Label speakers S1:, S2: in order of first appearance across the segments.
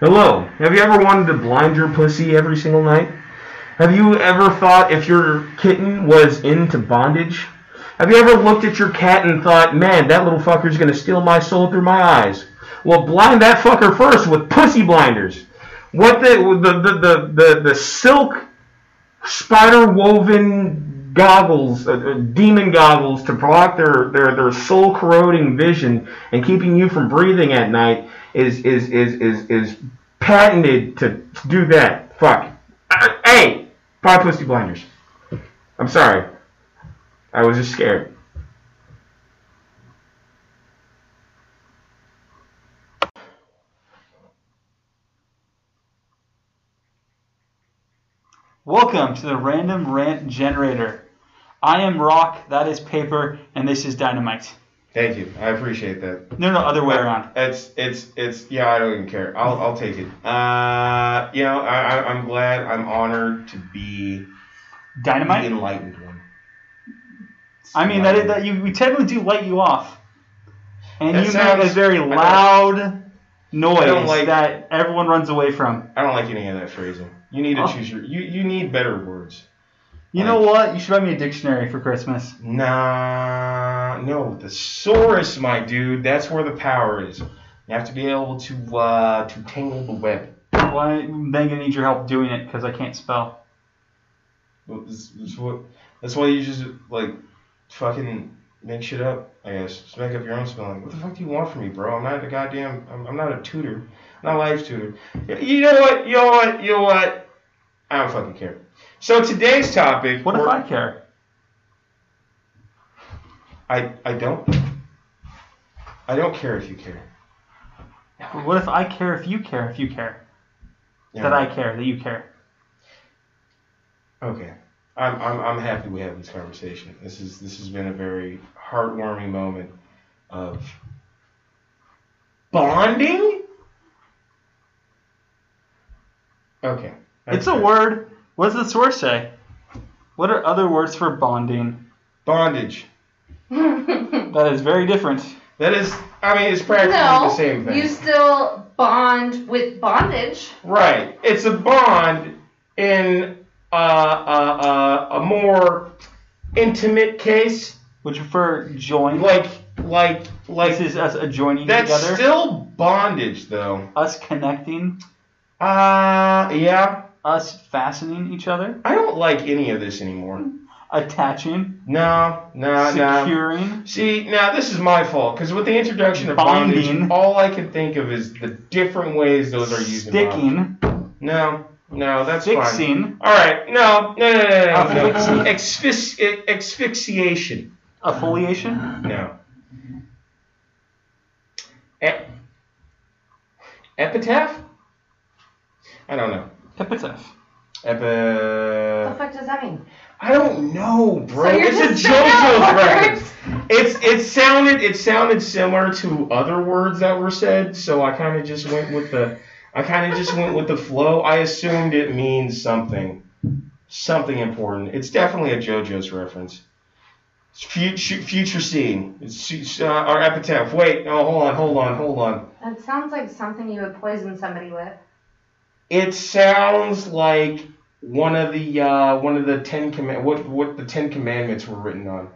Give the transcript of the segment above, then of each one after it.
S1: Hello. Have you ever wanted to blind your pussy every single night? Have you ever thought if your kitten was into bondage? Have you ever looked at your cat and thought, man, that little fucker's gonna steal my soul through my eyes? Well, blind that fucker first with pussy blinders. What the the the the, the, the silk spider woven goggles, uh, uh, demon goggles to block their, their, their soul corroding vision and keeping you from breathing at night is is is is, is patented to do that. Fuck. Uh, hey, buy pussy blinders. I'm sorry. I was just scared.
S2: Welcome to the Random Rant Generator. I am rock, that is paper, and this is dynamite.
S3: Thank you. I appreciate that.
S2: No, no, other way around.
S3: It's it's it's yeah. I don't even care. I'll I'll take it. Uh, you know, I I- I'm glad. I'm honored to be the
S2: Dynamite?
S3: enlightened one.
S2: I mean, that is, that you, we technically do light you off. And
S3: That
S2: you make
S3: sounds-
S2: a very
S3: I don't-
S2: loud noise
S3: like-
S2: that everyone runs away from.
S3: I don't like any of that phrasing. You need to
S2: Oh.
S3: choose your. You you need better words.
S2: You know what? You should buy me a dictionary for Christmas.
S3: Nah, no, the source, my dude. That's where the power is. You have to be able to uh to tangle the web.
S2: Well, I'm then gonna need your help doing it because I can't spell.
S3: That's that's what. That's why you just like fucking make shit up. I guess just make up your own spelling. What the fuck do you want from me, bro? I'm not a goddamn. I'm, I'm not a tutor. I'm not a life tutor. Y- You know what? You know what? You know what? I don't fucking care. So today's topic.
S2: What if
S3: we're-
S2: I care?
S3: I I don't. I don't care if you care.
S2: What if I care if you care if you care?
S3: You
S2: That
S3: know?
S2: I care, that you care.
S3: Okay. I'm, I'm, I'm happy we have this conversation. This is this has been a very heartwarming moment of bonding. Okay. that's
S2: It's a
S3: good.
S2: word. What does the source say? What are other words for bonding?
S3: Bondage.
S2: That is very different.
S3: That is I mean it's practically the same
S4: No,
S3: thing.
S4: you still bond with bondage.
S3: Right. It's a bond in uh, uh, uh, a more intimate case.
S2: Would you prefer join?
S3: Like like like
S2: this is us adjoining
S3: that's
S2: together,
S3: still bondage though.
S2: us connecting,
S3: Uh, yeah.
S2: us fastening each other,
S3: I don't like any of this anymore.
S2: attaching,
S3: No, no, no.
S2: securing.
S3: See, now this is my fault because with the introduction of
S2: Bonding.
S3: bondage, all I can think of is the different ways those are used. in bondage.
S2: Sticking,
S3: No, no, that's fine.
S2: fixing,
S3: All right, no, no, no, no, no, no.
S2: Affixi-
S3: Asphyxi- asphyxiation.
S2: affiliation.
S3: No. E- epitaph. I don't know.
S2: Epitaph.
S3: Epi.
S4: What the fuck does that mean?
S3: I don't know, bro.
S4: So you're
S3: it's a
S4: just saying
S3: JoJo's
S4: words?
S3: reference. It's it sounded it sounded similar to other words that were said, so I kind of just went with the I kind of just went with the flow. I assumed it means something, something important. It's definitely a JoJo's reference. It's future future scene. It's uh, our epitaph. Wait, no, hold on, hold on, hold on.
S4: That sounds like something you would poison somebody with.
S3: It sounds like one of the uh, one of the ten command what what the ten commandments were written on.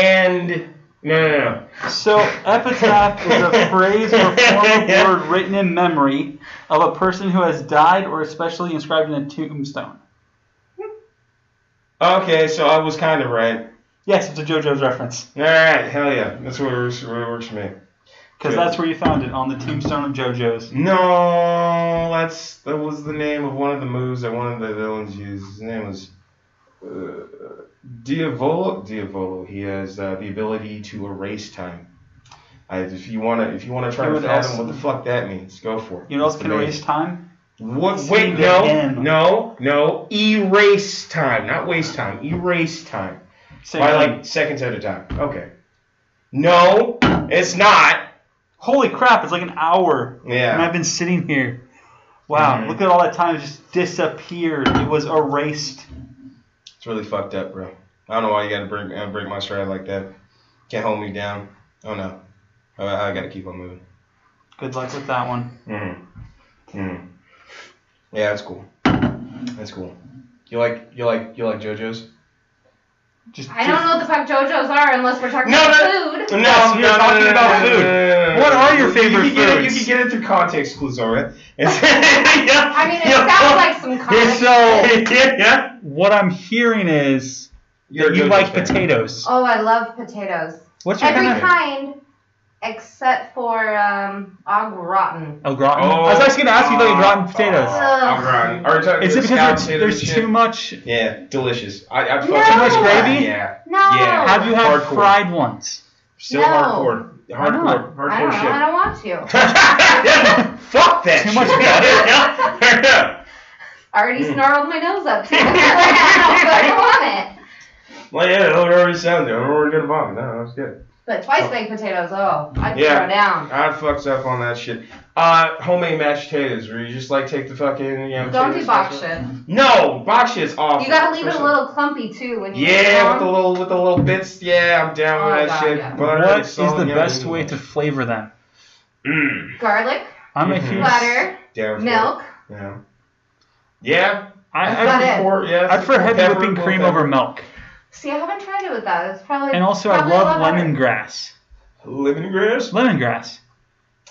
S3: And no no no.
S2: So epitaph is a phrase or form of word written in memory of a person who has died or especially inscribed in a tombstone.
S3: Okay, so I was kind of right.
S2: Yes, it's a JoJo's reference
S3: All right, hell yeah, that's what works, what works for me.
S2: because that's where you found it on the tombstone of JoJo's.
S3: No, that's that was the name of one of the moves that one of the villains used. His name was uh, Diavolo. Diavolo. He has uh, the ability to erase time. I, if you wanna, if you wanna try
S2: You
S3: to
S2: would
S3: fathom
S2: also-
S3: what the fuck that means, go for it.
S2: You know what else
S3: It's
S2: can
S3: amazing.
S2: erase time?
S3: What?
S2: See
S3: Wait,
S2: the
S3: no,
S2: end.
S3: no, no. Erase time, not waste time. Erase time.
S2: Same
S3: By
S2: thing.
S3: like seconds at a time. Okay. No, it's not.
S2: Holy crap! It's like an hour. And I've
S3: Yeah.
S2: been sitting here. Wow,
S3: Mhm.
S2: look at all that time. It just disappeared. It was erased.
S3: It's really fucked up, bro. I don't know why you gotta break, uh, break my stride like that. Can't hold me down. Oh no. I, I gotta keep on moving.
S2: Good luck with that one.
S3: Mm. Hmm. Yeah, that's cool. That's cool. You like you like you like JoJo's?
S2: Just,
S4: I don't know what the fuck JoJo's are unless we're talking
S3: No,
S4: about food.
S3: No,
S2: Yes, you're talking about food. What are your favorite
S3: you can get it-
S2: foods?
S3: you can get it through context clues, all right? yeah,
S4: I mean, it
S3: yeah.
S4: sounds like some
S2: Yeah,
S4: kind
S2: so
S3: yeah, yeah.
S2: what I'm hearing is
S3: You're
S2: that
S3: a
S2: you
S3: JoJo's
S2: like
S3: fan.
S2: potatoes.
S4: Oh, I love potatoes.
S2: What's your
S4: Every
S2: kind of
S4: kind except for um, au gratin.
S2: El gratin. I was actually gonna ask you about your gratin potatoes.
S3: Oh, I'm rotten. Are you talking
S2: Is
S3: the
S2: it
S3: scout
S2: because there-
S3: potatoes
S2: there's
S3: and
S2: too
S3: shit?
S2: much?
S3: Yeah, delicious. I, I
S4: No!
S3: fucking-
S4: Too much
S2: gravy?
S3: Yeah.
S4: No.
S3: Yeah.
S2: Have you had
S3: Hardcore.
S2: fried ones?
S3: Still
S4: No.
S3: hardcore. Hardcore.
S4: I don't know. I
S3: Hardcore
S4: don't want to.
S3: shit. Fuck that.
S2: Too much
S3: shit.
S2: butter.
S3: Yeah.
S4: I already
S3: Hmm.
S4: snarled my nose up. to it. I don't want it.
S3: Well, yeah, it already sounded. I'm already gonna vomit. No, that's good.
S4: But twice baked potatoes, oh, I'd
S3: Yeah.
S4: throw down.
S3: I fucks up on that shit. Uh, homemade mashed potatoes, where you just like take the fucking. You know,
S4: Don't
S3: potatoes,
S4: do box
S3: smash
S4: shit.
S3: them. No, box shit's awful.
S4: You gotta leave it a
S3: Especially-
S4: little clumpy too when you
S3: Yeah, with
S4: get
S3: the
S4: it
S3: little with the little bits. Yeah, I'm down
S4: Oh,
S3: with that
S4: God,
S3: shit.
S4: yeah.
S3: Butter,
S2: what is
S3: salt,
S2: the
S3: yummy.
S2: best way to flavor them?
S3: Mm.
S4: down. garlic,
S2: I'm a
S3: Mhm.
S2: huge.
S4: butter,
S3: Down for it.
S4: milk.
S3: Yeah. Yeah.
S2: I,
S4: That's
S2: I,
S4: not it.
S3: Or, yeah,
S2: I prefer heavy
S3: pepper,
S2: whipping
S3: little
S2: cream
S3: pepper.
S2: over milk.
S4: See, I haven't tried it with that. It's probably
S2: And also, I
S4: probably
S2: love
S4: a lot better.
S2: lemongrass.
S3: lemongrass.
S2: Lemongrass.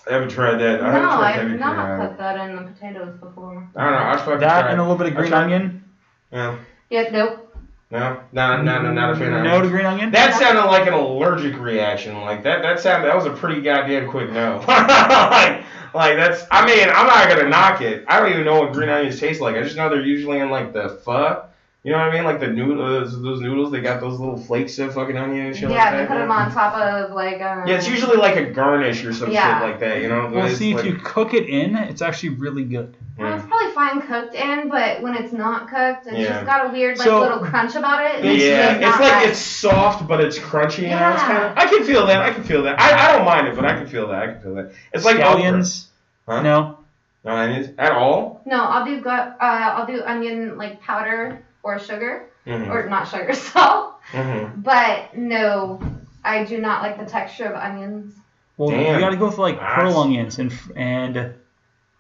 S3: I haven't tried that.
S4: No,
S3: I haven't tried heavy
S4: I've
S3: cream.
S4: not
S3: either.
S4: put that in the potatoes before.
S3: I don't know. I just fucking
S2: That
S3: tried.
S2: and a little bit of green
S3: tried-
S2: onion.
S3: No,
S4: Yeah, nope.
S3: no, no, no, no, not a fan. of
S2: No
S3: it.
S2: to green onion.
S3: That sounded like an allergic reaction. Like that. That sounded. That was a pretty goddamn quick no. like, like that's. I mean, I'm not gonna knock it. I don't even know what green onions taste like. I just know they're usually in like the pho. You know what I mean? Like the noodles. Those noodles. They got those little flakes of fucking onion and shit.
S4: Yeah,
S3: like
S4: they
S3: that.
S4: put them on top of like. Um,
S3: Yeah, it's usually like a garnish or some
S4: Yeah.
S3: shit like that. You know.
S2: Well,
S3: It's
S2: see, if
S3: like-
S2: you cook it in, it's actually really good.
S4: Well, it's probably fine cooked in, but when it's not cooked, it's
S3: Yeah.
S4: just got a weird like
S2: So-
S4: little crunch about it. and
S3: Yeah,
S4: just
S3: it's
S4: not
S3: like
S4: right.
S3: it's soft but it's crunchy. You know, it's
S4: Yeah.
S3: kind of. I can feel that. I can feel that. I, I don't mind it, but I can feel that. I can feel that. It's like okra.
S2: scallions.
S3: Huh?
S2: No.
S3: No onions at all.
S4: No, I'll do gu- uh, I'll do onion like powder or sugar
S3: Mm-hmm.
S4: or not sugar salt,
S3: mm-hmm.
S4: but no, I do not like the texture of onions.
S2: Well,
S3: Damn.
S2: you gotta go with like
S3: Nice.
S2: pearl onions and f- and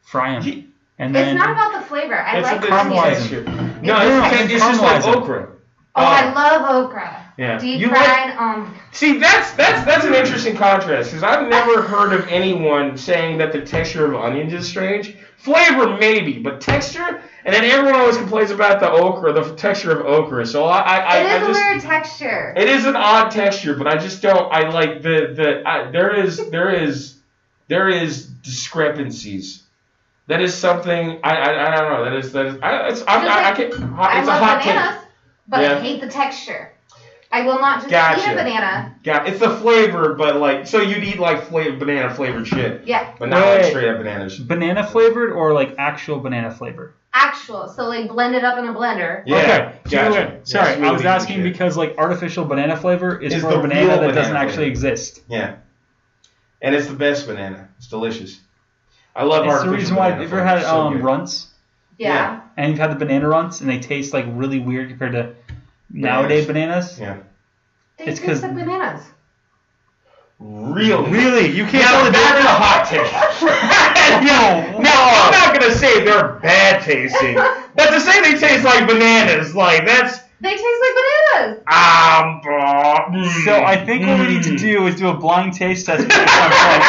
S2: fry
S3: Ye-
S2: them, and then
S4: it's not about the flavor. I
S3: it's
S4: like
S3: it's
S4: onions.
S2: caramelizing.
S3: texture.
S2: Yeah,
S3: No, it's,
S2: it's
S3: it's just like
S2: caramelizing.
S3: okra.
S4: Oh, I love okra.
S3: Yeah.
S4: Deep
S3: Um, You like-
S4: fried. um,
S3: See, that's that's that's an interesting contrast because I've never heard of anyone saying that the texture of onions is strange. Flavor maybe, but texture. And then everyone always complains about the okra, the texture of okra. So I, I, I,
S4: it is
S3: I just,
S4: a weird texture.
S3: It is an odd texture, but I just don't. I like the the. I, there is there is there is discrepancies. That is something I I, I don't know. That is that is. I, it's I,
S4: Just
S3: I, I
S4: like-
S3: can. It's
S4: I
S3: a
S4: love
S3: hot
S4: bananas,
S3: take.
S4: but
S3: Yeah.
S4: I hate the texture. I will not just eat
S3: Gotcha.
S4: a banana.
S3: Yeah, it's the flavor, but like so you need like flavor banana flavored shit,
S4: Yeah,
S3: but not like
S2: Right.
S3: straight up bananas.
S2: banana flavored or like actual banana flavor.
S4: actual. So they blend it up in a blender.
S3: Yeah,
S2: Okay.
S3: gotcha.
S2: Sorry,
S3: Yeah,
S2: Sorry, I was
S3: smoothie
S2: asking
S3: shit.
S2: because like artificial banana flavor is,
S3: Is
S2: for
S3: the
S2: a banana
S3: real
S2: that
S3: banana
S2: doesn't
S3: flavor.
S2: actually exist.
S3: Yeah, and it's the best banana. It's delicious. I love
S2: It's the
S3: artificial
S2: reason why. Have
S3: banana
S2: you ever
S3: flavor.
S2: had
S3: So
S2: um
S3: good.
S2: runts
S4: Yeah.
S2: and you've had the banana runts and they taste like really weird compared to nowadays bananas?
S3: Yeah.
S4: They
S2: It's
S4: taste
S2: 'cause-
S4: like bananas.
S3: Really?
S2: Really, you can't
S3: Now
S2: tell the
S3: that's a
S2: difference.
S3: hot take. no, no, I'm not gonna say they're bad tasting, but to say they taste like bananas, like that's
S4: They taste like bananas.
S3: um. bro, mm,
S2: So I think what we need to
S3: mm.
S2: do is do a blind taste test based on, like,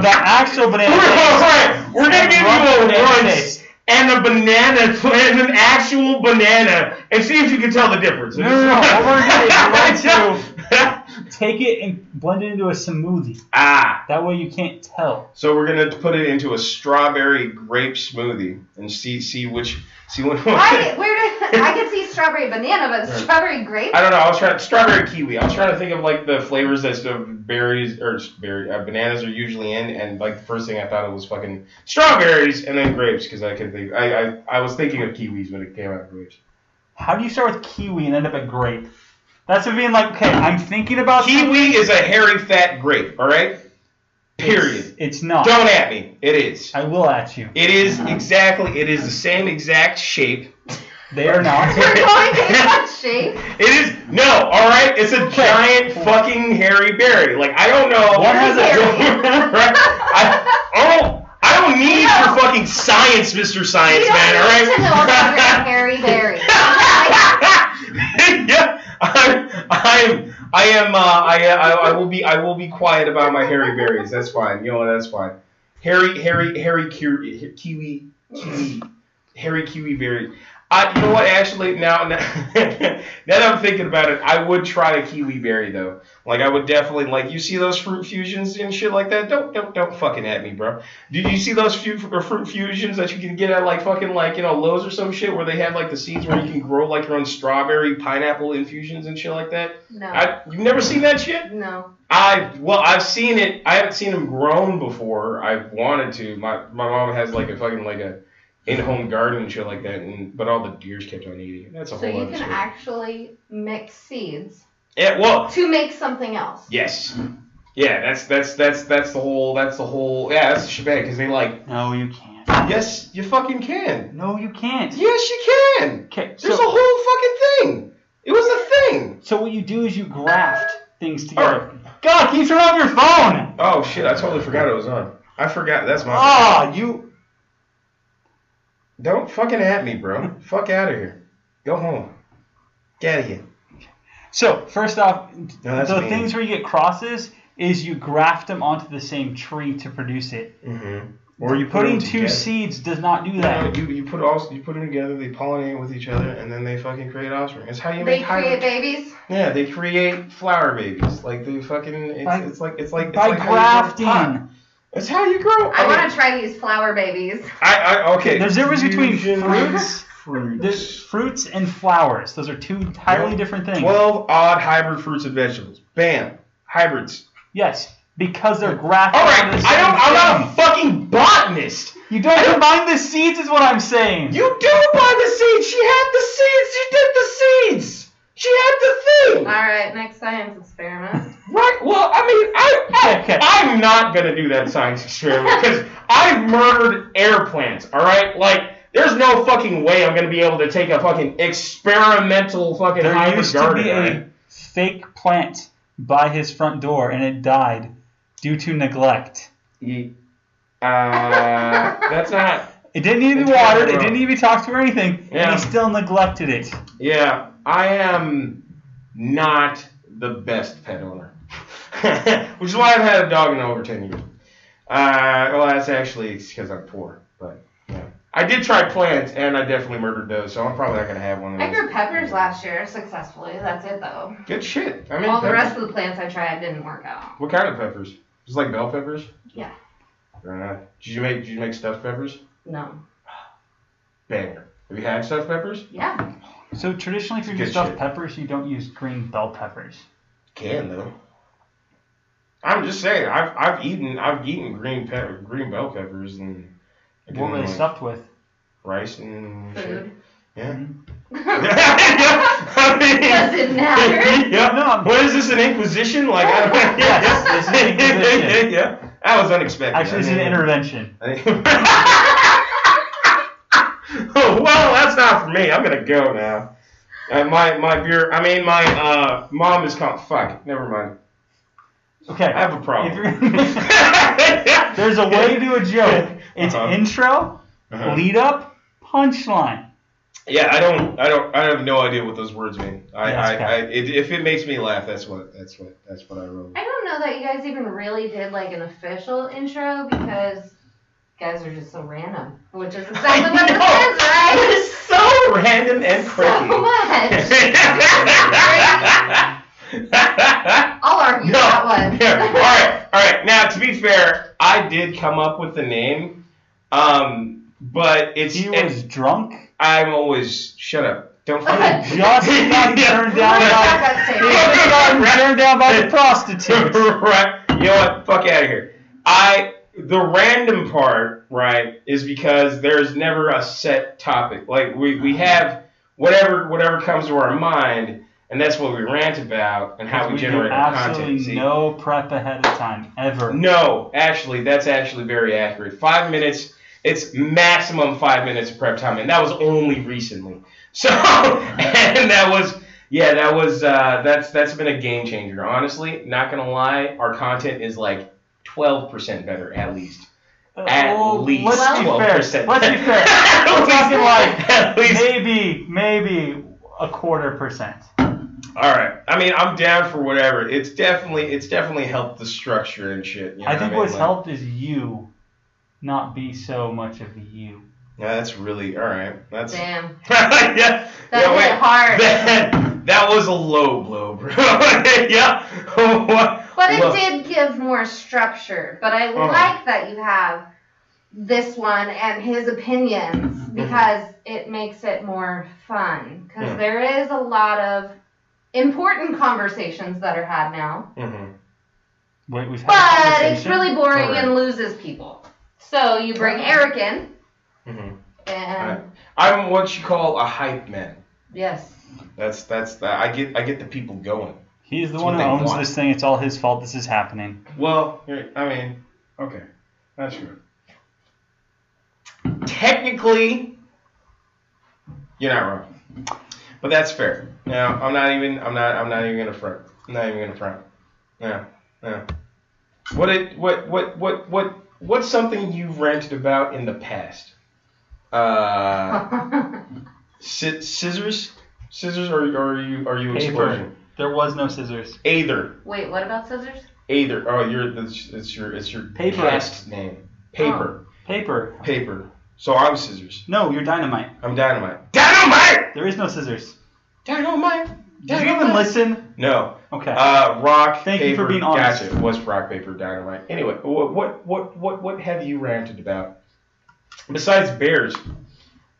S2: about actual banana.
S3: We're,
S2: flavor.
S3: all right, we're gonna
S2: And
S3: give
S2: run
S3: you a
S2: banana
S3: once
S2: taste.
S3: and a banana and an actual banana, and see if you can tell the difference.
S2: No, no, no. What we're gonna do is Take it and blend it into a smoothie.
S3: ah.
S2: That way you can't tell.
S3: So we're gonna put it into a strawberry grape smoothie and see see which see what.
S4: I where did I could see strawberry banana, but strawberry grape.
S3: I don't know. I was trying strawberry kiwi. I was trying to think of like the flavors that the berries or berry uh, bananas are usually in, and like the first thing I thought of was fucking strawberries and then grapes because I could think I, I I was thinking of kiwis when it came out grapes.
S2: How do you start with kiwi and end up at grape? That's what being like, okay, I'm thinking about
S3: Kiwi is a hairy fat grape. All right. Period.
S2: It's, it's not.
S3: Don't at me. It is.
S2: I will at you.
S3: It is exactly. It is the same exact shape.
S2: They are not.
S4: We're going to that shape.
S3: It is no. All right. It's a giant fucking hairy berry. Like I don't know.
S2: One has a-
S3: right? oh, I, I don't. I don't need
S4: No.
S3: your fucking science, Mr.
S4: You
S3: Science
S4: don't
S3: Man,
S4: need
S3: alright?
S4: to know about your hairy berry. Like,
S3: yeah, I'm, I'm, I am, uh, I, I, I will be, I will be quiet about my hairy berries. That's fine. You know, that's fine. Hairy, hairy, hairy kiwi, kiwi, kiwi, hairy kiwi berry. I, you know what? Actually, now, now, now that I'm thinking about it, I would try a kiwi berry though. Like, I would definitely like. You see those fruit fusions and shit like that? Don't, don't, don't fucking at me, bro. Did you see those few, or fruit fusions that you can get at like fucking like you know Lowe's or some shit where they have like the seeds where you can grow like your own strawberry pineapple infusions and shit like that?
S4: no.
S3: I you've never seen that shit?
S4: No.
S3: I well I've seen it. I haven't seen them grown before. I've wanted to. My my mom has like a fucking like a in home garden and shit like that, and but all the deers kept on eating. it. That's a
S4: So
S3: whole
S4: you
S3: other
S4: can
S3: story.
S4: actually mix seeds
S3: yeah, well,
S4: to make something else.
S3: yes. Yeah, that's that's that's that's the whole that's the whole yeah that's the shebang because they like
S2: No, you can't.
S3: yes you fucking can
S2: No, you can't.
S3: Yes, you can.
S2: Okay,
S3: There's a
S2: so,
S3: whole fucking thing. It was a thing.
S2: so what you do is you graft things
S3: All
S2: together. Oh, God, can you turn off your phone?
S3: Oh shit! I totally forgot it was on. I forgot. That's my.
S2: Ah, you.
S3: Don't fucking at me, bro. Fuck out of here. Go home. Get out of here.
S2: So first off,
S3: No, that's
S2: the
S3: mean.
S2: things where you get crosses is you graft them onto the same tree to produce it.
S3: Mm-hmm. Or you put
S2: Putting
S3: them
S2: two
S3: together.
S2: seeds does not do
S3: No,
S2: that.
S3: you, you put all you put them together. They pollinate with each other, and then they fucking create offspring. It's how you
S4: They
S3: make
S4: create
S3: hybrids.
S4: babies.
S3: Yeah, they create flower babies. Like they fucking. It's,
S2: By-
S3: it's like it's like it's
S2: By
S3: like how you grow pot.
S2: grafting.
S3: It's how you grow.
S4: I want
S3: to.
S4: to try these flower babies.
S3: I, I okay.
S2: There's a difference between
S3: Fusion-
S2: fruits.
S3: Fruits.
S2: There's fruits and flowers. Those are two entirely
S3: Yep.
S2: different things.
S3: 12 odd hybrid fruits and vegetables. Bam. Hybrids.
S2: yes, because they're grafted.
S3: All right,
S2: onto the
S3: I don't.
S2: same
S3: I'm not a
S2: thing.
S3: fucking botanist.
S2: You don't
S3: I don't-
S2: combine the seeds, is what I'm saying.
S3: You do buy the seeds. She had the seeds. She did the seeds. She had the thing.
S4: All right, next science experiment.
S3: Right. Well, I mean, I, I
S2: Okay.
S3: I'm not gonna do that science experiment because I murdered air plants. All right. Like, there's no fucking way I'm gonna be able to take a fucking experimental fucking
S2: there
S3: hybrid
S2: used to
S3: garden.
S2: be
S3: right?
S2: a fake plant by his front door, and it died due to neglect.
S3: Ye- Uh, that's not.
S2: It didn't need to be
S3: It's
S2: watered.
S3: grown.
S2: It didn't need to be talked to or anything.
S3: Yeah.
S2: And he still neglected it.
S3: Yeah, I am not the best pet owner, which is why I've had a dog in over ten years. Uh, well, that's actually because I'm poor, but yeah, I did try plants, and I definitely murdered those, so I'm probably not gonna have one of
S4: I
S3: those.
S4: grew peppers last year successfully. That's it though.
S3: Good shit. I mean,
S4: All the
S3: peppers.
S4: rest of the plants I tried didn't work out.
S3: What kind of peppers? Just like bell peppers.
S4: Yeah.
S3: Fair enough. Did you make Did you make stuffed peppers?
S4: No.
S3: Banger. Have you had stuffed peppers?
S4: Yeah.
S2: So traditionally, if you
S3: Good
S2: do stuffed
S3: shit.
S2: peppers, you don't use green bell peppers.
S3: Can though. I'm just saying. I've I've eaten I've eaten green pepper green bell peppers and I
S2: What
S3: didn't
S2: were they
S3: like
S2: stuffed with?
S3: rice and shit.
S4: Food.
S3: Yeah.
S4: Does
S3: I
S4: it matter?
S3: mean, yeah.
S2: No, I'm-
S3: What is this? An inquisition? Like I don't.
S2: Yes, this is an inquisition.
S3: yeah. That was unexpected.
S2: Actually, it's
S3: I
S2: an
S3: mean-
S2: intervention.
S3: well, that's not for me. I'm gonna go now. Uh, my my beer. I mean, my uh, mom is called. Fuck. Never mind.
S2: Okay.
S3: I have a
S2: If
S3: problem.
S2: you're, there's a way to do a joke. It's
S3: Uh-huh.
S2: intro,
S3: Uh-huh.
S2: lead up, punchline.
S3: Yeah, I don't, I don't, I have no idea what those words mean. I,
S2: Yeah,
S3: I,
S2: that's
S3: I it, if it makes me laugh, that's what, that's what, that's what I roll.
S4: I don't know that you guys even really did like an official intro because you guys are just so random, which is exactly what this
S3: know.
S4: is, right?
S3: is so random and
S4: So much. I'll argue
S3: No.
S4: that one.
S3: Yeah. All right. All right. Now, to be fair, I did come up with the name, um, but it's
S2: He was drunk.
S3: I'm always shut up. Don't fucking.
S2: Just got turned down by. He just got turned down by the prostitute.
S3: right. You know what? Fuck out of here. I the random part, right, is because there's never a set topic. Like we, we have whatever whatever comes to our mind, and that's what we rant about and how we,
S2: We do
S3: generate our
S2: absolutely
S3: content. See?
S2: no prep ahead of time ever.
S3: No, actually, that's actually very accurate. Five minutes. It's maximum five minutes of prep time, and that was only recently. So, and that was, yeah, that was, uh, that's that's been a game changer. Honestly, not gonna lie, our content is like twelve percent better at least. At
S2: Well,
S3: least
S2: Oh, let's be
S3: twelve
S2: fair.
S3: percent.
S2: Let's be fair.
S3: We're
S2: talking like
S3: at least.
S2: Maybe, maybe a quarter percent.
S3: All right. I mean, I'm down for whatever. It's definitely, it's definitely helped the structure and shit. You know
S2: I
S3: what
S2: think
S3: I mean?
S2: what's
S3: Like,
S2: helped is you not be so much of you.
S3: Yeah, that's really all right. That's
S4: Damn.
S3: yeah.
S4: That
S3: yeah,
S4: hit
S3: wait.
S4: hard.
S3: That, that was a low blow, bro. yeah. What-
S4: But it
S3: Well-
S4: did give more structure. But I
S3: Uh-huh.
S4: like that you have this one and his opinions
S3: Mm-hmm.
S4: because it makes it more fun. Because
S3: Mm.
S4: there is a lot of important conversations that are had now,
S3: Mhm.
S2: Wait, we've had a
S4: but it's
S2: conversation?
S4: really boring
S3: Alright.
S4: and loses people. So you bring Eric in,
S3: Mhm.
S4: and
S3: Alright. I'm what you call a hype man.
S4: yes,
S3: That's that's that. I get I get the people going.
S2: He's the
S3: It's
S2: one
S3: what
S2: who
S3: they
S2: owns
S3: want.
S2: this thing. It's all his fault. This is happening.
S3: Well, you're- I mean, okay, that's true. Technically, you're not wrong, but that's fair. Now, I'm not even. I'm not. I'm not even gonna front. I'm not even gonna front. Yeah, yeah. What it? What? What? What? What? What's something you've ranted about in the past? Uh, sci- scissors, scissors, or, or are you are you
S2: Paper.
S3: explosion?
S2: There was no scissors.
S3: Either.
S4: wait, what about scissors?
S3: Either. Oh, you're. It's, it's your. It's your
S2: Paper.
S3: cast name. Paper.
S2: Paper.
S3: Paper. So I'm scissors.
S2: No, you're dynamite.
S3: I'm dynamite. Dynamite.
S2: There is no scissors.
S3: Dynamite.
S2: Did you even listen?
S3: No.
S2: Okay.
S3: Uh, rock.
S2: Thank you
S3: paper,
S2: for being honest.
S3: Gotcha. It was rock paper dynamite. Anyway, what what what what what have you ranted about besides bears?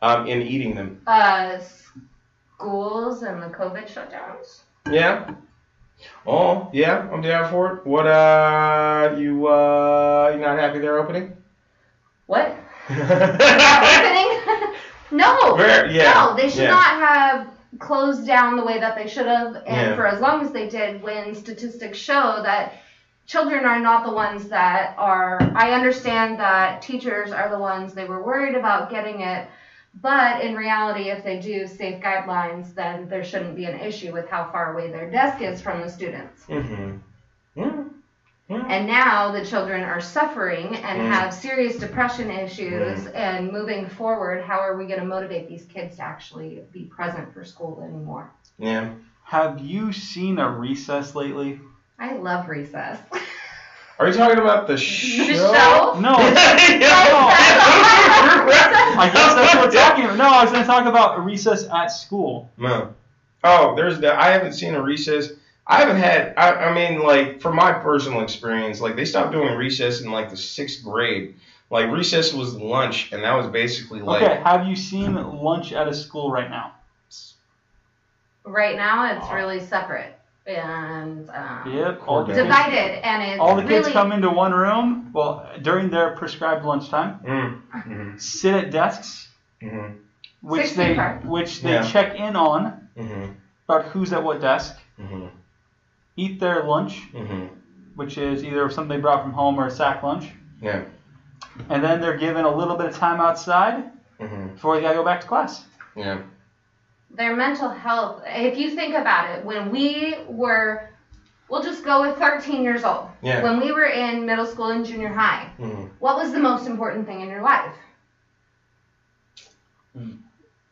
S3: Um, in eating them.
S4: Uh, schools and the COVID shutdowns.
S3: Yeah. Oh, yeah. I'm down for it. What uh, you uh, you not happy they're opening?
S4: What?
S3: Very,
S4: opening? no.
S3: yeah.
S4: No, they should
S3: yeah.
S4: not have closed down the way that they should have, and
S3: Yeah.
S4: for as long as they did, when statistics show that children are not the ones that are. I understand that teachers are the ones they were worried about getting it. But in reality, if they do safe guidelines, then there shouldn't be an issue with how far away their desk is from the students.
S3: Mm-hmm. Yeah.
S4: And now the children are suffering and
S3: Mm.
S4: have serious depression issues.
S2: Mm.
S4: And moving forward, how are we going to motivate these kids to actually be present for school anymore?
S3: Yeah.
S2: Have you seen a recess lately?
S4: I love recess.
S3: Are you talking about the
S4: The
S3: show?
S4: show?
S2: No.
S3: Yeah.
S2: I guess that's what we're talking about. No, I was going to talk about recess at school.
S3: No. Oh, there's the. I haven't seen a recess. I haven't had. I, I mean, like from my personal experience, like they stopped doing recess in like the sixth grade. Like recess was lunch, and that was basically like.
S2: Okay, have you seen lunch at a school right now?
S4: Right now, it's
S2: Oh.
S4: really separate and um,
S2: Yep. All the, kids,
S4: divided. And it's
S2: all the kids
S4: really,
S2: come into one room, well, during their prescribed lunchtime,
S3: Mm, mhm,
S2: sit at desks,
S3: mhm,
S2: which
S4: Six feet
S2: they
S4: apart.
S2: which they
S3: Yeah.
S2: check in on
S3: mhm,
S2: about who's at what desk,
S3: mhm,
S2: eat their lunch,
S3: mhm.
S2: which is either something they brought from home or a sack lunch,
S3: Yeah.
S2: and then they're given a little bit of time outside
S3: mhm,
S2: before they gotta go back to class.
S3: Yeah.
S4: their mental health. If you think about it, when we were, we'll just go with 13 years old,
S3: Yeah.
S4: when we were in middle school and junior high,
S3: mhm.
S4: what was the most important thing in your life?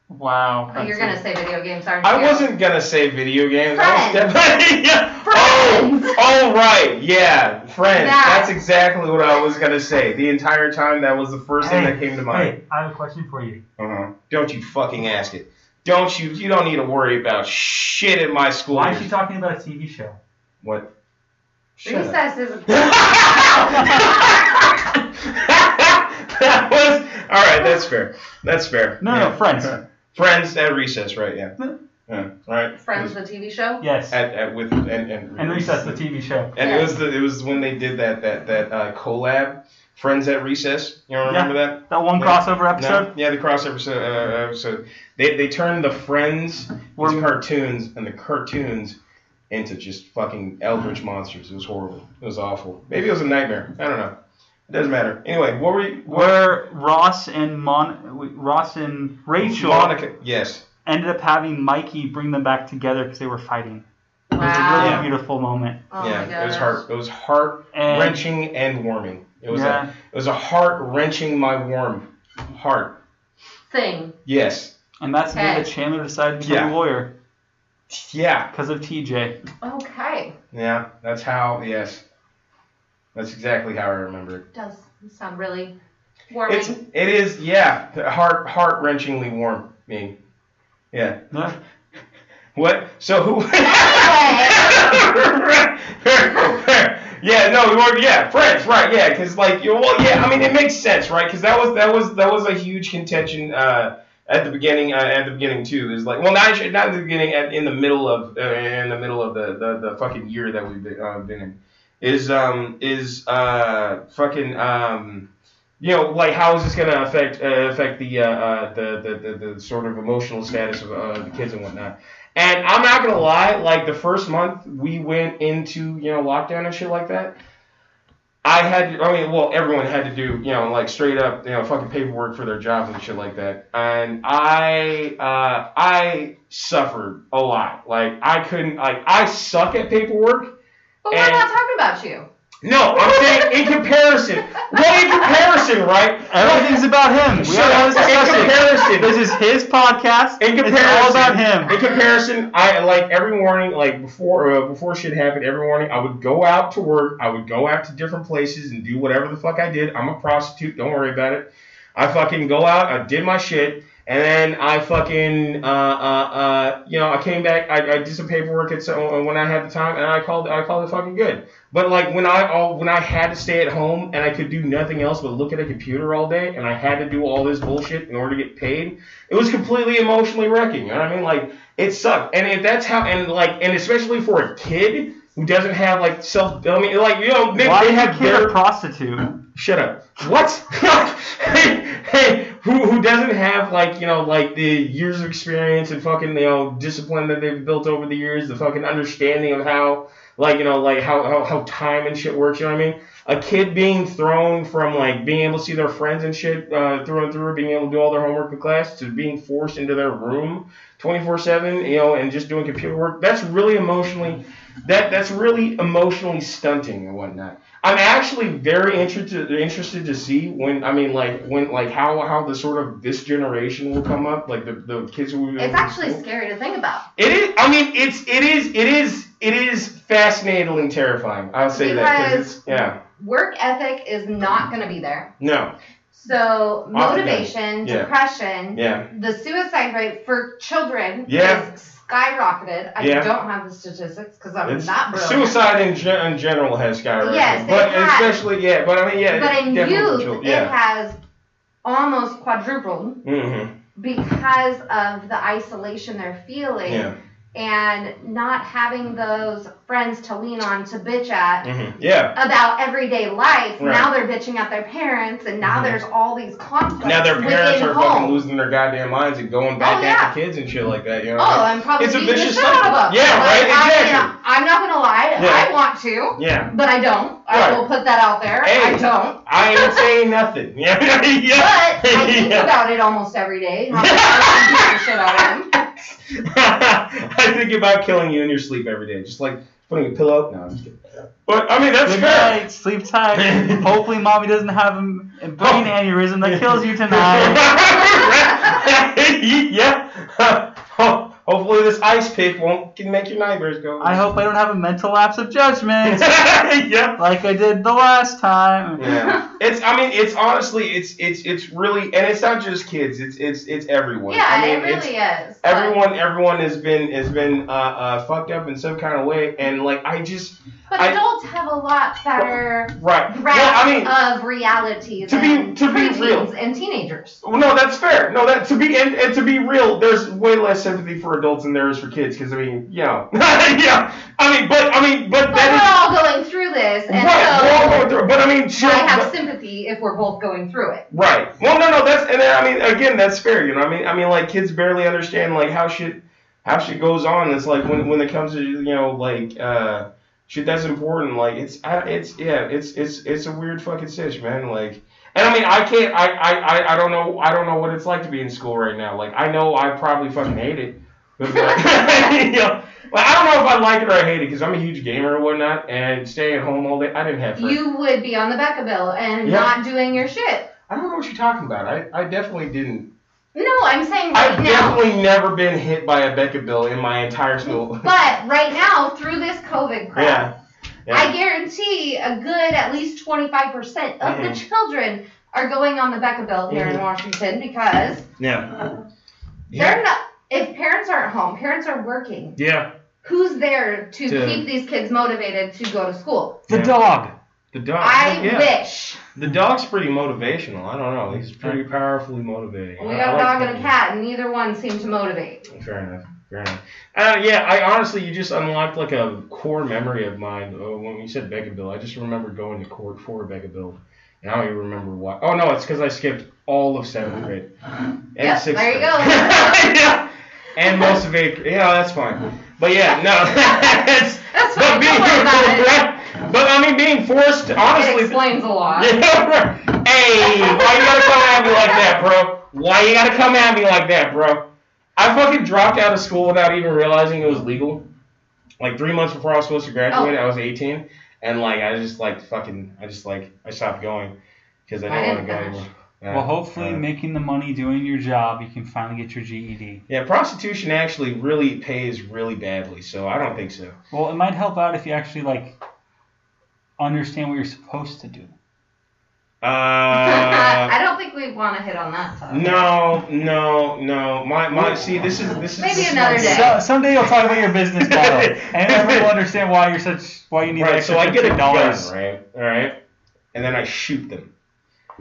S2: Wow.
S4: Oh, you're
S2: that's-
S4: gonna say video games, aren't you?
S3: I wasn't gonna say video games. I was
S4: Friends.
S3: definitely. Yeah.
S4: Friends.
S3: Oh, oh, right. Yeah, friends.
S4: That.
S3: That's exactly what I was gonna say. The entire time, that was the first thing that came to mind.
S2: I have a question for you.
S3: Uh-huh. Don't you fucking ask it. Don't you? You don't need to worry about shit at my school.
S2: Why is she talking about a TV show?
S3: What? Shut up.
S4: Recess is.
S3: that was all right. That's fair. That's fair.
S2: No,
S3: Yeah.
S2: no, friends.
S3: Friends at recess, right? Yeah.
S2: No.
S3: Yeah. All right.
S4: Friends,
S3: It
S4: the TV show.
S2: Yes.
S3: was at, at with and and,
S2: and recess the TV show.
S3: And it was the, it was when they did that that that uh, collab, Friends at Recess. You don't remember that?
S2: That one
S3: Yeah.
S2: crossover
S3: No?
S2: episode
S3: Yeah, the crossover episode. Uh, episode. They, they turned the Friends
S2: Were-
S3: into cartoons and the cartoons into just fucking eldritch monsters. It was horrible. It was awful. Maybe it was a nightmare. I don't know. It doesn't matter. Anyway, what were you? What,
S2: where Ross and Mon wait, Ross and Rachel
S3: Monica. Yes.
S2: ended up having Mikey bring them back together because they were fighting. It was a
S4: Wow.
S2: really beautiful moment.
S4: Oh my
S3: yeah. It was
S4: gosh.
S3: heart. It was heart
S2: And
S3: wrenching and warming. It was
S2: yeah.
S3: a it was a heart wrenching my warm heart.
S4: thing.
S3: Yes.
S2: and that's the day
S4: Okay.
S2: that Chandler decided to become
S3: Yeah.
S2: a lawyer
S3: Yeah.
S2: because of TJ.
S4: Okay,
S3: Yeah. That's how. Yes. That's exactly how I remember it.
S4: does sound really warming.
S3: It's it is yeah heart heart wrenchingly warm me. Yeah.
S2: Yeah.
S3: What? So who? yeah, no, we were, yeah, friends, right? Yeah, because like, you well, yeah, I mean, it makes sense, right? Because that was that was that was a huge contention uh, at the beginning. Uh, at the beginning too is like, well, not actually- not at the beginning, at, in the middle of uh, in the middle of the, the, the fucking year that we've been, uh, been in is um is uh fucking um. You know, like how is this gonna affect uh, affect the, uh, uh, the, the the the sort of emotional status of uh, the kids and whatnot? And I'm not gonna lie, like the first month we went into you know lockdown and shit like that, I had to, I mean, well, everyone had to do you know like straight up you know fucking paperwork for their jobs and shit like that, and I uh, I suffered a lot. Like I couldn't like I suck at paperwork.
S4: but we're
S3: and-
S4: not talking about you.
S3: No, I'm saying in comparison. What in comparison, right?
S2: Everything's about him. We
S3: Shut
S2: are
S3: up.
S2: always discussing.
S3: In comparison.
S2: This is his podcast.
S3: In comparison,
S2: it's all about him.
S3: In comparison, I like every morning, like before uh, before shit happened. Every morning, I would go out to work. I would go out to different places and do whatever the fuck I did. I'm a prostitute. Don't worry about it. I fucking go out. I did my shit, and then I fucking uh, uh, uh, you know I came back. I, I did some paperwork at some, when I had the time, and I called I called it fucking good. But like when I all when I had to stay at home and I could do nothing else but look at a computer all day, and I had to do all this bullshit in order to get paid it was completely emotionally wrecking. You know what I mean? Like it sucked. And if that's how, and like, and especially for a kid who doesn't have like self, I mean, like you know, they,
S2: Why
S3: they
S2: did
S3: have
S2: have kid
S3: their
S2: a prostitute?
S3: shut up. What? hey, hey, who who doesn't have like you know like the years of experience and fucking you know discipline that they've built over the years, the fucking understanding of how like you know like how how, how time and shit works. You know what I mean? A kid being thrown from like being able to see their friends and shit uh, through and through, being able to do all their homework in class, to being forced into their room 24/7, you know, and just doing computer work. That's really emotionally, that that's really emotionally stunting and whatnot. I'm actually very interested interested to see when I mean like when like how how the sort of this generation will come up like the, the kids who
S4: It's actually scary to think about
S3: it is I mean it's it is it is it is fascinatingly terrifying I'll say that 'cause it's, yeah
S4: work ethic is not going to be there.
S3: no
S4: So
S3: Off again.
S4: motivation,
S3: Yeah.
S4: depression,
S3: yeah
S4: the suicide rate for children
S3: Yeah.
S4: is skyrocketed. I
S3: Yeah.
S4: don't have the statistics because I'm
S3: It's-
S4: not brilliant.
S3: suicide in, gen- in general has skyrocketed
S4: Yes, it
S3: but
S4: has.
S3: especially yeah but I mean yeah
S4: but
S3: it
S4: in
S3: definitely
S4: youth,
S3: controlled.
S4: it
S3: yeah
S4: has almost quadrupled
S3: mm-hmm.
S4: because of the isolation they're feeling
S3: yeah
S4: and not having those friends to lean on to bitch at.
S3: mm-hmm. yeah
S4: About everyday life.
S3: Right.
S4: Now they're bitching at their parents, and now
S3: Mhm.
S4: there's all these conflicts.
S3: now their parents
S4: within
S3: are
S4: home.
S3: fucking losing their goddamn minds and going back
S4: Oh,
S3: at the kids and shit like that you know
S4: Oh, I'm probably
S3: It's a
S4: beating
S3: vicious
S4: the shit out
S3: cycle.
S4: of them.
S3: Yeah,
S4: Like,
S3: right,
S4: I
S3: exactly.
S4: mean, I'm not gonna lie.
S3: Yeah.
S4: I want to,
S3: yeah
S4: but Oh, I don't.
S3: Right.
S4: I will put that out there.
S3: Hey.
S4: I don't.
S3: I ain't saying nothing. Yeah,
S4: But
S3: yeah.
S4: I think about it almost every day. How much I can beat the shit out of them.
S3: I think about killing you in your sleep every day, just like putting a pillow. No, I'm just kidding. But I mean, that's
S2: Good
S3: fair.
S2: night. Sleep tight. Hopefully, mommy doesn't have a a brain
S3: Oh.
S2: aneurysm that kills you tonight.
S3: yeah. Ho- Hopefully, this ice pick won't can make your neighbors go.
S2: I hope I don't have a mental lapse of judgment
S3: yeah.
S2: like I did the last time.
S3: Yeah. It's. I mean, it's honestly, it's it's it's really, and it's not just kids. It's it's it's everyone.
S4: Yeah,
S3: I mean,
S4: it
S3: it's,
S4: really is. but-
S3: Everyone, everyone has been has been uh, uh, fucked up in some kind of way, and like I just
S4: But
S3: I-
S4: adults have a lot better
S3: right.
S4: grasp
S3: Well, I mean,
S4: of reality
S3: to be-
S4: than
S3: to be real.
S4: preteens and teenagers.
S3: Well, no, that's fair. No, that to be and, and to be real, there's way less sympathy for adults than there is for kids. Because I mean, you know, yeah. I mean, but I mean, but
S4: But
S3: that
S4: we're all going through this,
S3: is
S4: and
S3: right. We're all
S4: so
S3: going through. it. But I mean, sure,
S4: I have
S3: but-
S4: sympathy if we're both going through it.
S3: right. Well, no, no, that's and I mean, again, that's fair. You know, I mean, I mean, like kids barely understand like how shit how shit goes on. It's like when when it comes to you know like uh shit that's important. Like it's I, it's yeah, it's it's it's a weird fucking sitch, man. Like. And I mean, I can't. I, I, I, I don't know. I don't know what it's like to be in school right now. Like, I know I probably fucking hate it. But, like, you know, Well, I don't know if I like it or I hate it because I'm a huge gamer and whatnot, and staying at home all day, I didn't have. friends.
S4: You would be on the Becca bill and
S3: Yeah.
S4: not doing your shit.
S3: I don't know what you're talking about. I, I definitely didn't.
S4: No, I'm saying right
S3: I've
S4: now.
S3: definitely never been hit by a Becca bill in my entire school.
S4: But right now, through this COVID crap,
S3: yeah. Yeah.
S4: I guarantee a good at least 25% of the
S3: Mm-hmm.
S4: children are going on the Becca bill here in
S3: Mhm.
S4: Washington because
S5: Yeah.
S4: they're not, if parents aren't home, parents are working,
S3: Yeah.
S4: who's there to
S3: To-
S4: keep these kids motivated to go to school?
S5: The
S3: Yeah.
S5: dog.
S3: The dog.
S4: I
S3: Oh, yeah.
S4: wish.
S3: The dog's pretty motivational. I don't know. He's pretty powerfully motivating.
S4: We
S3: I-
S4: got
S3: I
S4: a
S3: like
S4: dog
S3: that.
S4: and a cat, and neither one seemed to motivate.
S3: Fair enough. Fair enough. Uh, yeah, I honestly, you just unlocked like a core memory of mine. Oh, when you said Becca Bill, I just remember going to court for Becca Bill. And I don't even remember why. Oh, no, it's because I skipped all of seventh grade. And
S4: Yep,
S3: sixth
S4: there you
S3: grade.
S4: go.
S3: yeah. And most of eighth grade. Yeah, that's fine. But yeah, no. that's,
S4: That's
S3: but,
S4: fine.
S3: being,
S4: Don't worry about it.
S3: but I mean, being forced,
S4: It
S3: honestly.
S4: explains a lot.
S3: Yeah, right. hey, why you gotta come at me like that, bro? Why you gotta come at me like that, bro? I fucking dropped out of school without even realizing it was legal. Like three months before I was supposed to graduate,
S4: Oh.
S3: I was 18, and like I just like fucking, I just like I stopped going because I
S4: I
S3: didn't want to
S4: didn't
S3: go
S4: finish.
S3: anymore. Yeah. Uh,
S2: Well, hopefully,
S3: Yeah.
S2: making the money, doing your job, you can finally get your E GED.
S3: yeah, prostitution actually really pays really badly, so I don't think so.
S2: Well, it might help out if you actually like understand what you're supposed to do.
S3: Uh,
S4: I don't think we want to hit on that topic.
S3: no, no, no. My my. See, this is this is
S4: Maybe
S3: this is
S4: another
S3: my-
S4: day.
S2: So, someday you'll talk about your business model, and everyone will understand why you're such why you need
S3: Right,
S2: like
S3: so I get a
S2: dollars.
S3: gun, right? All right, and then I shoot them,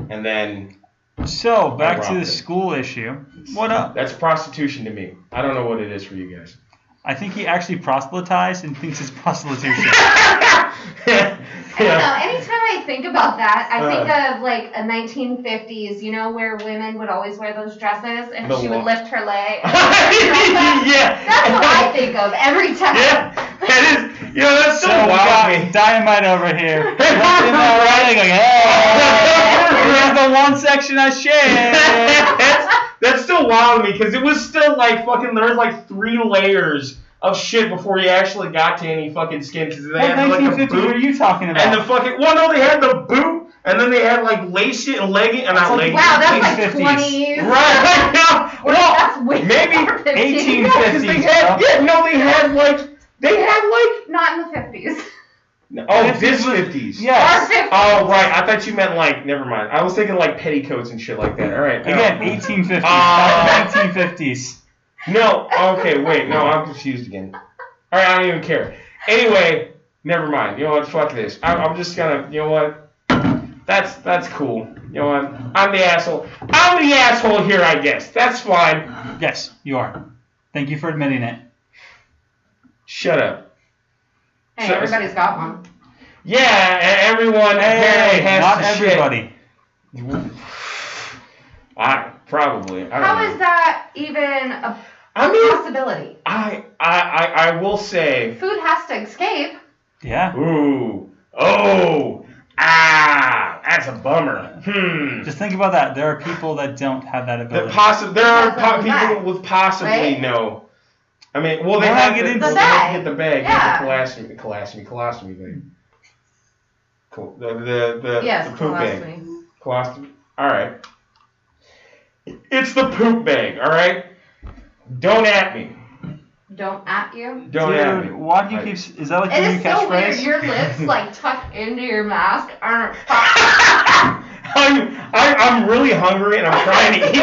S3: and then
S2: So back to
S3: robbed
S2: the
S3: it.
S2: school issue. What up?
S3: that's prostitution to me. I don't know what it is for you guys.
S2: I think he actually proselytized and thinks it's prostitution.
S4: I don't know. Anytime I think about that, I think
S3: Uh.
S4: of like a 1950s, you know, where women would always wear those dresses and
S3: The
S4: she
S3: wa-
S4: would lift her leg.
S3: yeah,
S4: That's what I think of every time.
S3: yeah, that is, you know, that's so,
S2: so we
S3: wild
S2: got
S3: to me.
S2: dynamite over here. Left and right, like, hey, here's the one section I shared.
S3: that's, that's still wild to me because it was still like fucking. There was like three layers of shit before you actually got to any fucking skin because they
S2: What
S3: had like a
S2: 1950 were
S3: boot
S2: you talking about?
S3: and the fucking. Well, no, they had the boot and then they had like lace it and legging and not legging.
S4: Wow, that's
S2: 1950s.
S4: like 20s.
S3: Right. yeah. Well,
S4: That's way
S3: maybe
S4: before 50s.
S2: 18
S3: yeah, 'cause they had yeah, no, they had like they had
S4: Not in the 50s.
S3: like oh
S2: Fifties
S3: this
S2: was-
S3: fifties.
S2: yes.
S4: Or 50s.
S3: Oh right, I thought you meant like never mind. I was thinking like petticoats and shit like that. All right. no.
S2: Again, 1850s,
S3: Ah.
S2: not 1950s.
S3: No. Okay. Wait. No, I'm confused again. All right. I don't even care. Anyway, never mind. You know what? Fuck this. I'm, I'm just gonna. You know what? That's that's cool. You know what? I'm the asshole. I'm the asshole here, I guess. That's fine.
S2: Yes, you are. Thank you for admitting it.
S3: Shut up.
S4: Hey,
S3: so-
S4: everybody's got one.
S3: Yeah, and everyone apparently
S2: Hey,
S3: has
S2: not
S3: to
S2: everybody.
S3: Shit. I probably. I don't
S4: How
S3: know.
S4: is that even a
S3: I mean,
S4: possibility?
S3: I, I, I, I will say,
S4: Food has to escape.
S2: Yeah.
S3: ooh, oh, ah, that's a bummer. Hmm.
S2: Just think about that. There are people that don't have that
S3: The
S2: ability.
S3: possi- there are
S4: That's
S3: po-
S4: a bag.
S3: people with possibly
S4: Right?
S3: no. I mean, well, they
S2: Well,
S3: have
S2: I get
S3: the,
S2: into-
S3: well,
S4: The
S3: they have to
S4: bag.
S3: get the bag,
S4: Yeah.
S3: get the colostomy, colostomy, colostomy thing. Cool. The, the, the,
S4: Yes,
S3: the poop bag.
S4: colostomy.
S3: Colostomy. All right. It's the poop bag. All right. Don't at me.
S4: Don't at you.
S3: Don't at
S2: Dude,
S3: me.
S2: why do you
S3: I-
S2: keep? Is that like
S4: It
S2: your new
S4: is so weird.
S2: catchphrase?
S4: Your lips, like tucked into your mask, aren't proper.
S3: I'm, I, I'm really hungry and I'm trying to eat.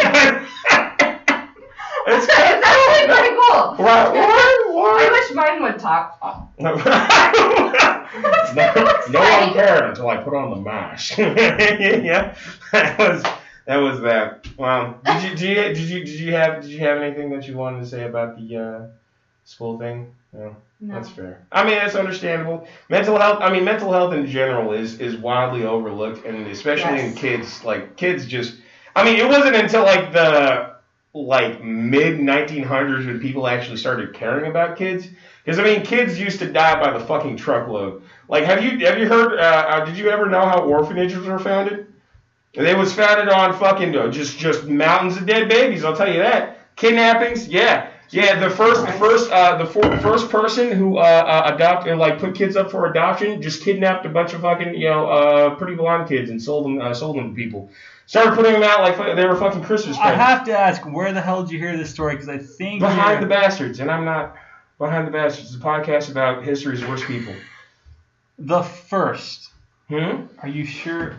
S3: it's
S4: It's actually pretty cool.
S3: Right. What?
S4: I
S3: What?
S4: wish mine would talk. Oh,
S3: no, no one
S4: like-
S3: cared until I put on the mask. yeah, that was that was that. Um, did you did you, did you did you have did you have anything that you wanted to say about the uh, school thing? No,
S4: no.
S3: that's fair. I mean, that's understandable. Mental health. I mean, mental health in general is is widely overlooked, and especially in
S4: Yes.
S3: kids. Like kids just. I mean, it wasn't until like the like mid 1900s when people actually started caring about kids. Because I mean, kids used to die by the fucking truckload. Like, have you have you heard? Uh, uh, did you ever know how orphanages were founded? They was founded on fucking uh, just just mountains of dead babies. I'll tell you that. Kidnappings, yeah. Yeah, the first, the first, uh, the for, first person who uh, uh, adopted, like, put kids up for adoption, just kidnapped a bunch of fucking, you know, uh, pretty blonde kids and sold them, uh, sold them to people. Started putting them out like fu- they were fucking Christmas
S2: I
S3: presents.
S2: have to ask, where the hell did you hear this story? Because I think
S3: Behind the
S2: you're-
S3: Bastards, and I'm not Behind the Bastards. It's a podcast about history's worst people.
S2: the first.
S3: Hmm?
S2: Are you sure?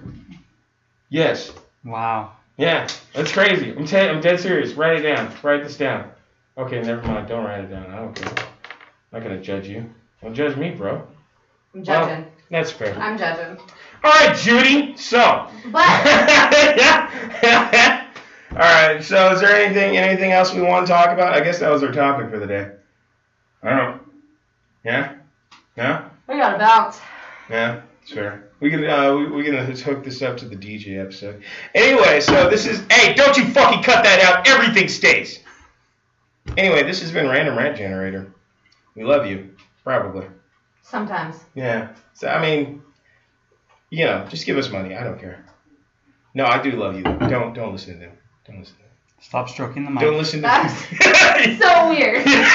S3: Yes.
S2: Wow.
S3: Yeah, that's crazy. I'm, te- I'm dead serious. Write it down. Write this down. Okay, never mind. Don't write it down. I don't care. I'm not gonna judge you. Don't judge me, bro.
S4: I'm judging.
S3: That's fair.
S4: I'm judging.
S3: All right, Judy. So.
S4: But
S3: All right. So, is there anything anything else we want to talk about? I guess that was our topic for the day. I don't. know. Yeah. Yeah.
S4: we gotta bounce.
S3: Yeah. It's fair. We can uh, we, we can hook this up to the DJ episode. Anyway, so this is hey, don't you fucking cut that out. Everything stays. Anyway, this has been Random Rant Generator. We love you, probably.
S4: Sometimes.
S3: Yeah. So I mean, you know, just give us money. I don't care. No, I do love you. Though. Don't don't listen to them. Don't listen. To
S2: Stop stroking the
S3: them. Don't
S2: mic.
S3: listen to.
S4: That's
S3: Them.
S4: so weird.